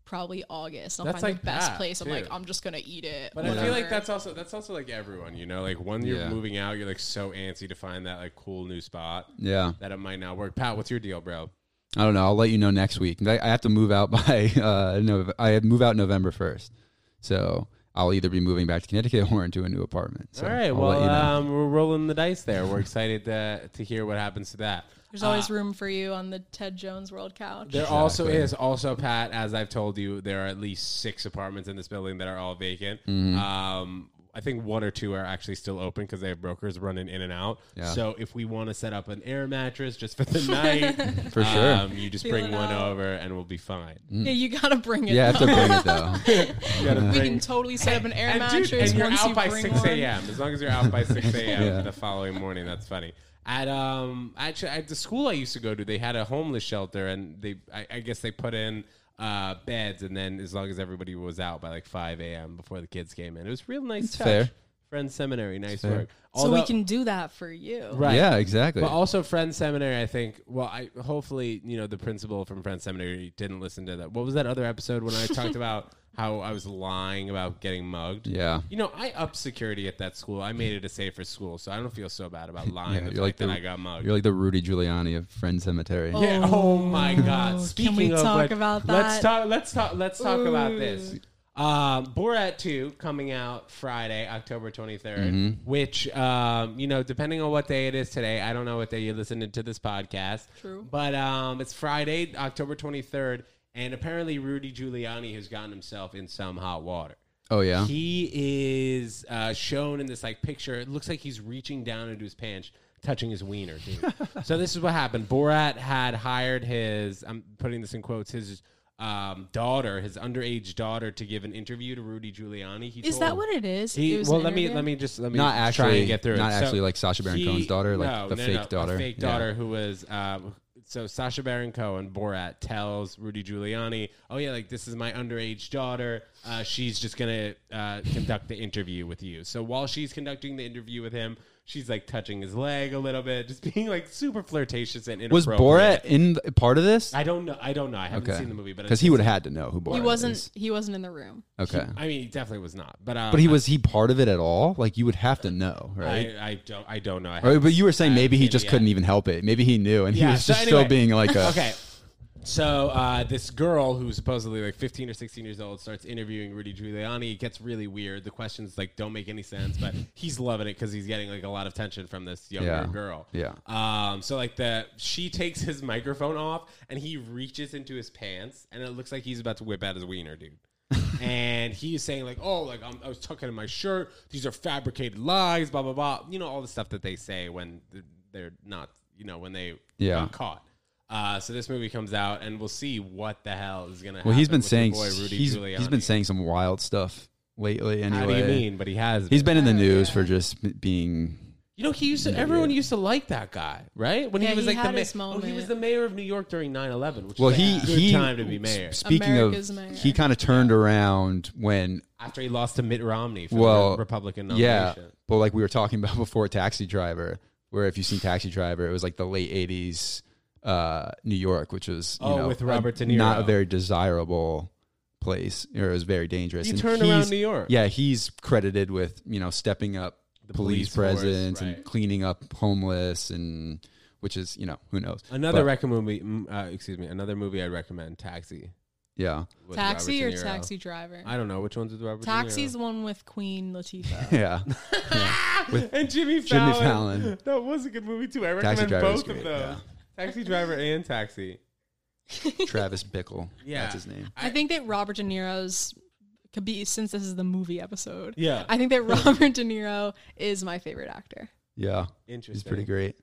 probably August. I'll
That's
find
like
the best
Pat,
place. I'm
too.
like, I'm just gonna eat it.
But I feel like
whatever.
that's also that's also like everyone, you know, like when you're
Yeah.
moving out, you're like so antsy to find that like cool new spot
Yeah,
that it might not work. Pat, what's your deal, bro?
I don't know. I'll let you know next week. I, I have to move out by uh, no, I move out November first, so I'll either be moving back to Connecticut or into a new apartment. So
All right,
I'll
well,
let you know.
um, we're rolling the dice there. We're excited to to hear what happens to that.
There's always room for you on the Ted Jones World Couch.
There also is also Pat, as I've told you, there are at least six apartments in this building that are all vacant.
Mm-hmm.
Um, I think one or two are actually still open because they have brokers running in and out.
Yeah.
So if we want to set up an air mattress just for the night,
For sure.
um, you just
Feel
bring
it
one
out.
over and we'll be fine.
Yeah, you gotta bring it.
yeah, I have to
up.
bring it though.
we can totally set up an air
and
mattress
dude, and you're
once
out
you
by
bring
six
one.
a.m. As long as you're out by six a.m.
Yeah.
the following morning, that's funny. At um, actually, at the school I used to go to, they had a homeless shelter, and they, I, I guess, they put in uh beds, and then as long as everybody was out by like five a.m. before the kids came in, it was real nice. touch.
fair.
Friends seminary, nice
fair.
work.
So we
Although-
can do that for you.
right?
Yeah, exactly.
But also Friends Seminary, I think. Well, I hopefully you know the principal from Friends Seminary didn't listen to that. What was that other episode when I talked about how I was lying about getting mugged?
yeah.
You know, I upped security at that school. I made it a safer school, so I don't feel so bad about lying.
Yeah,
the
you're like
fact that
the-
I got mugged.
You're like the Rudy Giuliani of Friends Cemetery.
yeah. Oh my
Oh,
God.
can
Speaking
we
of,
talk
what-
about
Let's
that?
talk. Let's talk. Let's talk about this. Um, Borat two coming out Friday, October twenty
Mm-hmm.
Which, um, you know, depending on what day it is today, I don't know what day you're listening to this podcast.
True.
But um, it's Friday, October twenty third, and apparently Rudy Giuliani has gotten himself in some hot water.
Oh yeah.
He is uh, shown in this like picture. It looks like he's reaching down into his pants, touching his wiener. Dude. so this is what happened. Borat had hired his. I'm putting this in quotes. His um, daughter, his underage daughter, to give an interview to Rudy Giuliani. He
Is
told
that
him-
what it is?
He,
It was
well,
an
let me
interview?
let me just let me
Not
try
actually-
and get through it.
not actually like Sacha Baron Cohen's daughter, like the fake daughter.
a fake
Yeah.
daughter who was uh, so Sacha Baron Cohen Borat tells Rudy Giuliani, "Oh yeah, like this is my underage daughter. Uh, she's just gonna uh, conduct the interview with you." So while she's conducting the interview with him, She's like touching his leg a little bit, just being like super flirtatious and
Was
inappropriate.
Borat in the, part of this?
I don't know. I don't know. I haven't seen the movie, but
because
it's-
he would have had to know who Borat
He
is.
wasn't. He wasn't in the room.
Okay,
I mean, he definitely was not. But um,
but he was he part of it at all? Like you would have to know, right?
I, I don't. I don't know. I
Or-
haven't
but you were
seen
saying
that
maybe he
in
just
the
couldn't
end.
even help it. Maybe he knew, and
Yeah,
he was
so
just
anyway.
still being like a
okay. So uh, this girl who's supposedly like 15 or 16 years old starts interviewing Rudy Giuliani. It gets really weird. The questions like don't make any sense, but he's loving it because he's getting like a lot of tension from this younger
Yeah.
girl.
Yeah.
Um. So like the she takes his microphone off and he reaches into his pants and it looks like he's about to whip out his wiener, dude. and he is saying like, oh, like I'm, I was tucking in my shirt. These are fabricated lies. Blah blah blah. You know all the stuff that they say when they're- they're not. You know when they
Yeah.
got caught. Uh, so this movie comes out, and we'll see what the hell is gonna.
Well, he's
happen
been
with the
saying
boy, Rudy
he's,
Giuliani.
he's been saying some wild stuff lately. Anyway,
How do you mean? But he has.
he's
been.
been in the
Oh,
news
yeah.
for just b- being.
You know, he used to. Everyone used to like that guy, right? When
Yeah,
he was
he
like
had
the
his
ma- oh, he
moment.
was the mayor of New York during 9-11, which
Well,
is
he
a "Ah, good
he
time to be mayor.
s- Speaking
America's
of,
mayor.
he kind of turned around when
After he lost to Mitt Romney for
well
the Republican
yeah
nomination.
but like we were talking about before taxi driver where if you've seen taxi driver it was like the late 80s uh new york which was you
Oh,
know,
with Robert De
a- not a
Niro.
very desirable place or it was very dangerous
He
And
turned around
he's-
New York.
yeah he's credited with you know stepping up the police,
police force,
presence
right.
and cleaning up homeless and which is you know who knows
Another
But,
record movie, mm, uh, excuse me, another movie I'd recommend, Taxi.
yeah
with
Taxi or
Robert De Niro.
Taxi Driver?
I don't know which one's with Robert. De Niro.
Taxi's the one with Queen Latifah.
yeah with
and Jimmy
Jimmy
Fallon.
Fallon.
That was a good movie too. I
Taxi
recommend
Driver is
both of
great,
those. Taxi Driver and Taxi.
travis bickle
Yeah.
that's his name
I-
I think that Robert De Niro's could be since this is the movie episode.
Yeah.
I think that Robert De Niro is my favorite actor.
yeah
Interesting.
He's pretty great.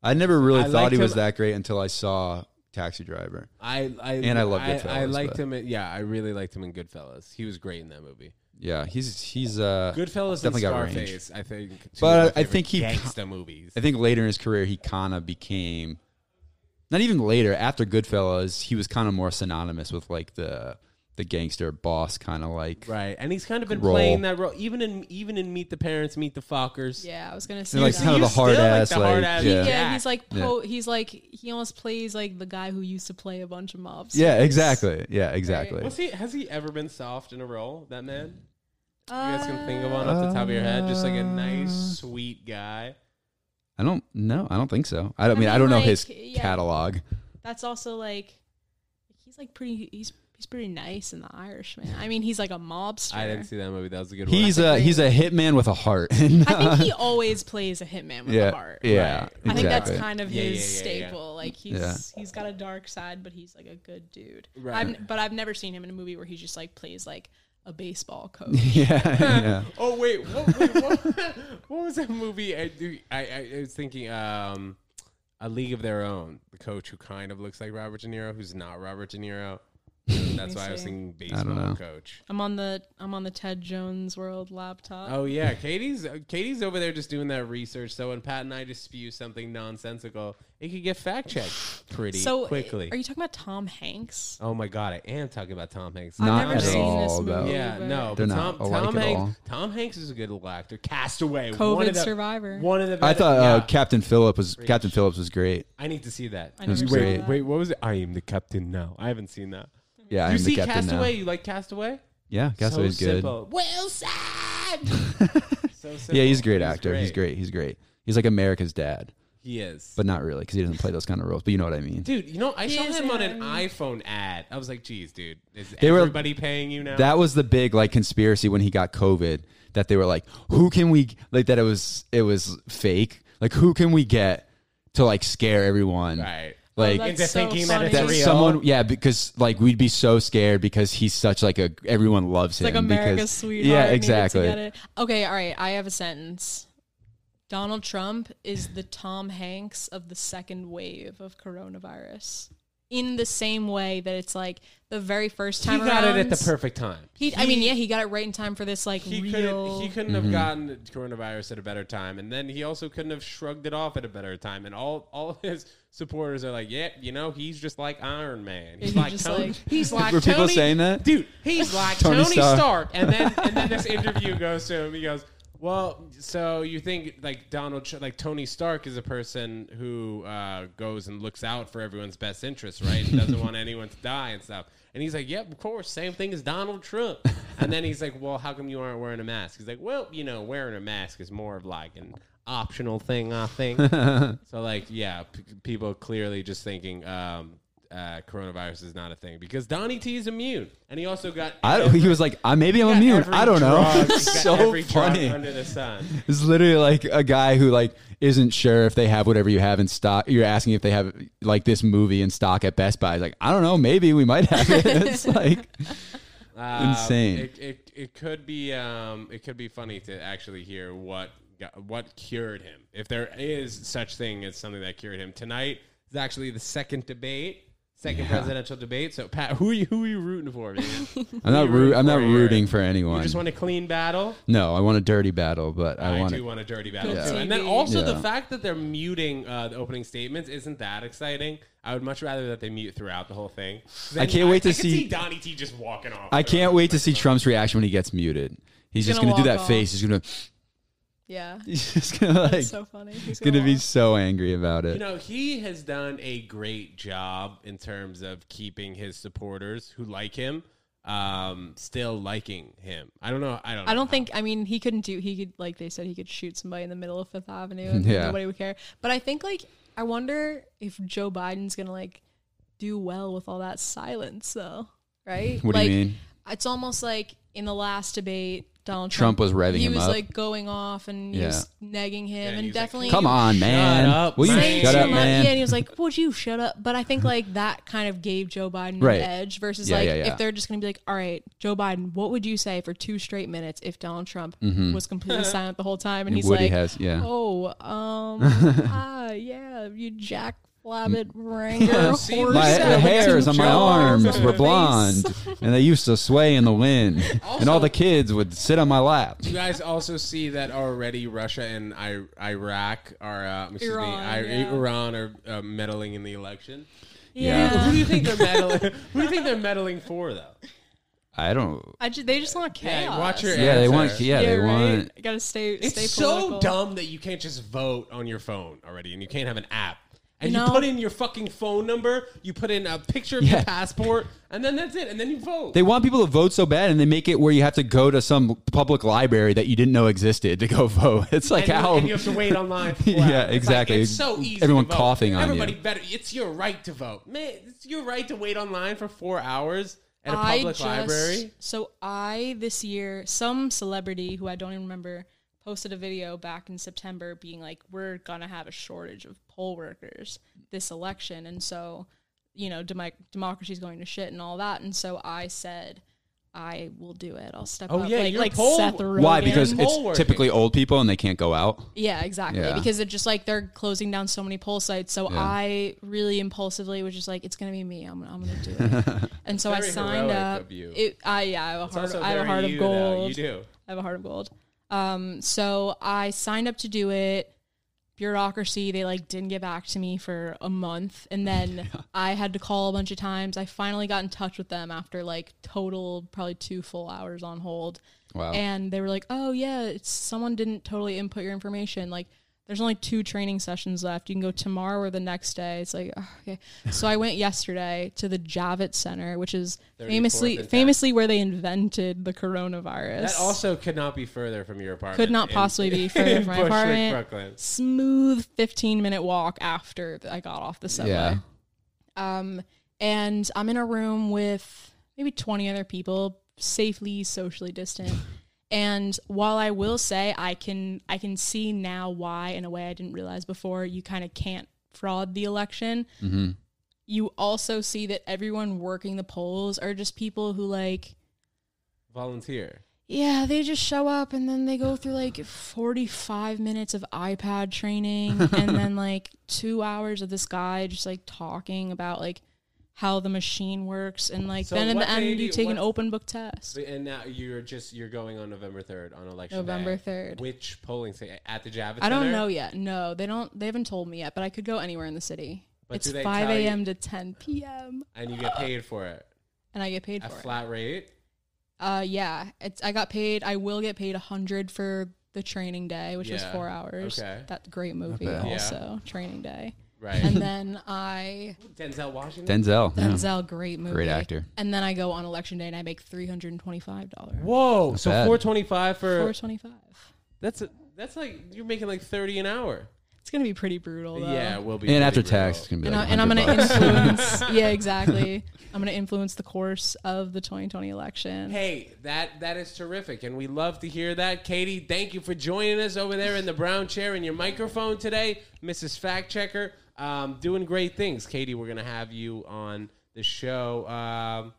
I never really
I
thought
liked
he was
him-
that great until I saw Taxi Driver.
I, I
And I love Goodfellas,
I, liked
but-
him. In, yeah, I really liked him in Goodfellas. He was great in that movie.
Yeah, he's he's uh
Goodfellas
definitely got
and
range.
Scarface. I think. two of
But
my
I
favorite
think he-
gangsta movies.
I think later in his career he kind of became not even later after Goodfellas, he was kind of more synonymous with like the the gangster boss kind of like
Right, and he's kind of been
Role.
playing that role, even in even in Meet the Parents, Meet the Fockers.
Yeah, I was gonna say
And, like
that.
So
kind of
you
the
still
hard ass
like the
like,
hard ass
yeah.
guy.
yeah.
yeah, he's like
Yeah.
po- he's like he almost plays like the guy who used to play a bunch of mobs.
exactly. Yeah, exactly.
Was he? Has he ever been soft in a role? That man. You guys can think of one off the top of your head, just like a nice,
Uh,
sweet guy.
I don't know. I don't think so. I don't I mean, I
mean,
don't know
like,
his
yeah.
catalog.
That's also like he's like pretty he's he's pretty nice in the Irishman. I mean he's like a mobster.
I didn't see that movie. That was a good
He's uh,
one.
a he's a hitman with a heart. And,
I think he always plays a hitman with
yeah.
a heart.
Yeah.
Right.
Exactly.
I think that's kind of
Yeah,
his
yeah, yeah, yeah.
staple. Like he's he's got a dark side, but he's like a good dude.
Right.
I've, but I've never seen him in a movie where he just like plays like a baseball coach.
yeah, yeah.
Oh wait, what, wait, what, what was that movie? I, do, I I I was thinking um, a League of Their Own. The coach who kind of looks like Robert De Niro, who's not Robert De Niro. That's why I was
see.
thinking
I don't
baseball
know.
coach.
I'm on the I'm on the Ted Jones World laptop.
Oh yeah, Katie's Katie's over there just doing that research. So when Pat and I just spew something nonsensical, it could get fact checked pretty
so
quickly.
Are you talking about Tom Hanks?
oh my god, I am talking about Tom Hanks.
Not
I've never
at
seen
all,
this
though.
movie.
Yeah,
but-
no,
They're
Tom,
not alike
Tom
at
Hanks.
all.
Tom Hanks is a good little actor. Castaway,
COVID
one of the,
survivor.
One of the.
I
better-
thought uh,
yeah.
Captain Phillip was Captain Phillips was great.
I need to see that.
I never
Wait,
saw
wait,
that.
what was it? I am the captain now. I haven't seen that.
Yeah,
you
I'm
see
the captain now.
Castaway? You like Castaway?
Yeah, Castaway's
so
good.
Simple. Wilson. so simple.
Yeah, he's a great actor. He's great. He's great. He's like America's dad,
He is.
but not really because he doesn't play those kind of roles. But you know what I mean.
dude, you know, I
He
saw
is
him on an
him.
iPhone ad. I was like, geez, dude, is
They were-
everybody paying you now?
That was the big like conspiracy when he got COVID that they were like, who can we like that it was it was fake. Like who can we get to like scare everyone?
right.
Like
That's
Into
so
thinking that
funny.
it's
that
real.
someone yeah because like we'd be so scared because he's such like a everyone loves
It's like
him
America's
because
sweetheart.
yeah
needed To get
exactly
it. Okay, all right. I have a sentence. Donald Trump is the Tom Hanks of the second wave of coronavirus. In the same way that it's like the very first
he
time
got it at the
around,
perfect time.
He, I mean, yeah, he got it right in time for this like
He
real.
couldn't. He couldn't
Mm-hmm.
have gotten the coronavirus at a better time, and then he also couldn't have shrugged it off at a better time. And all all his supporters are like, "Yeah, you know, he's just like Iron Man. He's
He's
like
just
Tony.
like-
he's like
Were
Tony,
people saying that?
dude? He's like Tony,
Tony
Stark.
Stark.
And then and then this interview goes to him. He goes, Well, so you think like Donald, Ch- like Tony Stark is a person who uh, goes and looks out for everyone's best interest, right? And doesn't want anyone to die and stuff. And he's like, yep, of course, same thing as Donald Trump. And then he's like, well, how come you aren't wearing a mask? He's like, well, you know, wearing a mask is more of like an optional thing, I think. so, like, yeah, p- people clearly just thinking um, uh, coronavirus is not a thing because Donnie T is immune. And he also got.
I don't, he was like, I maybe I'm immune. I don't know. so funny.
under the sun.
It's literally like a guy who like isn't sure if they have whatever you have in stock. You're asking if they have like this movie in stock at Best Buy. He's like, I don't know. Maybe we might have it. It's like
Um,
Insane.
It, it, it could be um, it could be funny to actually hear what got- what cured him, if there is such thing as something that cured him. Tonight is actually the second debate, second presidential debate. So Pat, who are you, who are you rooting for? Man?
I'm not.
Who are you
Root, I'm not
here?
rooting for
You
anyone.
just want a clean battle.
no, I want a dirty battle, but I,
I,
want.
do
it.
want a dirty battle
Yeah.
too. And then
TV.
also the
Yeah.
fact that they're muting uh, the opening statements isn't that exciting. I would much rather that they mute throughout the whole thing. Then
can't wait to
could
see-
see Donnie T just walking off.
I can't wait to see Trump's reaction when he gets muted. He's, just
gonna
gonna do
walk
that
off.
face. He's gonna.
Yeah.
He's just gonna like.
That's so funny. He's
he's gonna be
walk.
so angry about it.
You know, he has done a great job in terms of keeping his supporters who like him um, still liking him. I don't know. I don't.
I
know
don't
how.
think. I mean, he couldn't do. He could, like they said, he could shoot somebody in the middle of Fifth Avenue, and
Yeah.
nobody would care. But I think, like, I wonder if Joe Biden's gonna like do well with all that silence, though. Right?
What do
like,
you mean?
It's almost like in the last debate, Donald
Trump
Trump,
was revving
He
him
was
up.
like going off and he was negging him,
Yeah,
and
he's like,
definitely
Come on, man.
up,
Will you
man.
shut
too
up,
much-
man?
Yeah, and he was like, "Would you shut up?" But I think like that kind of gave Joe Biden
Right.
an edge versus
Yeah,
like
yeah, yeah.
if they're just going to be like, "All right, Joe Biden, what would you say for two straight minutes if Donald Trump was completely silent the whole time?" And he's
Mm-hmm. Woody
like,
has. Yeah.
"Oh, um, ah, yeah, you jack flabbit wringer,
see,
horse
Mm. my
Percent
the
with
hairs
two
on my
jaws
arms
and
were
a face."
blonde and they used to sway in the wind and all the kids would sit on my lap
You guys also see that already Russia and I- Iraq are uh, excuse
Iran,
me, I-
yeah.
Iran are uh, meddling in the election.
Yeah.
Who do you think they're meddling? who do you think they're meddling for though?
i don't
I ju- they just want chaos.
Yeah, watch your
yeah they
answer.
want yeah, they
right?
want
Gotta stay. stay
It's so
political.
dumb that you can't just vote on your phone already, and you can't have an app. And
No.
you put in your fucking phone number, you put in a picture of
Yeah.
your passport, and then that's it, and then you vote.
they want people to vote so bad and they make it where you have to go to some public library that you didn't know existed to go vote it's like
and, you-
how
and you have to wait online. For
Yeah,
hours. It's like,
exactly.
it's so easy.
Everyone
to vote.
coughing on you.
Everybody better. It's your right to vote, man. It's your right to wait online for four hours at a
I
public library.
So I this year, some celebrity who I don't even remember posted a video back in September being like, "We're gonna have a shortage of poll workers this election," and so you know, demi- democracy's going to shit and all that. And so I said. I will do it. I'll step
Oh,
up.
yeah,
like,
you're
like
poll-
Seth Rogen.
why because
Poll
it's
working.
typically old people and they can't go out
Yeah, exactly.
Yeah.
Because it just like they're closing down so many poll sites. So I really impulsively was just like, it's gonna be me. I'm, I'm gonna do it. and so I
very
signed
heroic
up.
of you.
It, I yeah, I have a
It's
heart.
also
I have a
very
heart of
you, though.
gold.
You do.
I have a heart of gold. Um, so I signed up to do it. Bureaucracy, they like didn't get back to me for a month, and then I had to call a bunch of times. I finally got in touch with them after like total probably two full hours on hold.
Wow.
And they were like, "Oh yeah, it's someone didn't totally input your information. Like, there's only two training sessions left. You can go tomorrow or the next day." It's like, oh, okay. So I went yesterday to the Javits Center, which is
34th
famously
and 10th.
famously where they invented the coronavirus
That also could not be further from your apartment.
could not
in-
possibly be further
in
from my
Bushwick,
apartment.
Brooklyn.
Smooth 15 minute walk after I got off the subway.
yeah
Um, and I'm in a room with maybe 20 other people, safely socially distant. and while I will say I can I can see now why in a way I didn't realize before you kind of can't fraud the election. You also see that everyone working the polls are just people who like
Volunteer.
yeah, they just show up and then they go through like 45 minutes of iPad training and then like two hours of this guy just like talking about like how the machine works. And like
So
then in
what
the end,
made
you
you-
take an
what-
open book test.
And now you're just you're going on November third on election.
November
day.
3rd.
Which polling station at the Javits?
I don't
Center?
know e- yet. No, they don't, they haven't told me yet, but I could go anywhere in the city.
But
it's
do they
5
tell you-
a.m. to 10 p.m.
And you get paid for it.
and I get paid
A
for it.
flat rate.
Uh, yeah, it's, I got paid. I will get paid a hundred for The Training Day, which was
Yeah.
four hours.
Okay.
That great movie
bad.
Yeah.
also, Training Day.
Right.
And then I
Denzel Washington.
Denzel. yeah.
Denzel, great movie.
Great actor.
And then I go on election day and I make three hundred and twenty five dollars.
Whoa.
so bad.
So four twenty five
Four
for
twenty five.
that's a, that's like you're making like thirty an hour.
It's gonna be pretty brutal though.
Yeah, it will be.
And
pretty
after
brutal.
tax, it's gonna be
And,
like
I, am gonna
100 bucks.
influence Yeah, exactly. I'm gonna influence the course of the twenty twenty election.
Hey, that that is terrific, and we love to hear that. Katie, thank you for joining us over there in the brown chair and your microphone today, Mrs. Fact Checker. Um, doing great things, Katie. We're gonna have you on the show um,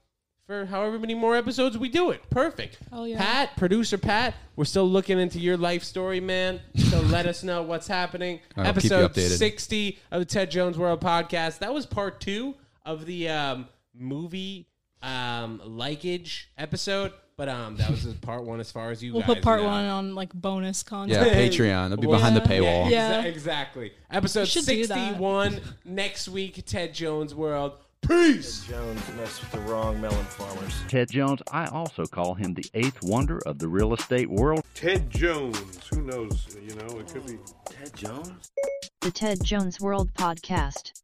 for however many more episodes we do it. Perfect.
Oh, yeah.
Pat, producer Pat, we're still looking into your life story, man. So let us know what's happening.
I'll keep you
Episode
updated.
60 of the Ted Jones World podcast. That was part two of the um, movie um, likeage episode. But um, that was part one as far as you
we'll
guys.
put part
know.
one on like bonus
yeah,
content.
Patreon. It'll be behind the
Yeah.
paywall.
Yeah.
exa- exactly. Episode
should do that.
61 next week, Ted Jones World. Peace.
Jones messed with the wrong melon farmers.
Ted Jones, I also call him the eighth wonder of the real estate world.
Ted Jones. Who knows? You know, it could be.
Ted Jones?
The Ted Jones World Podcast.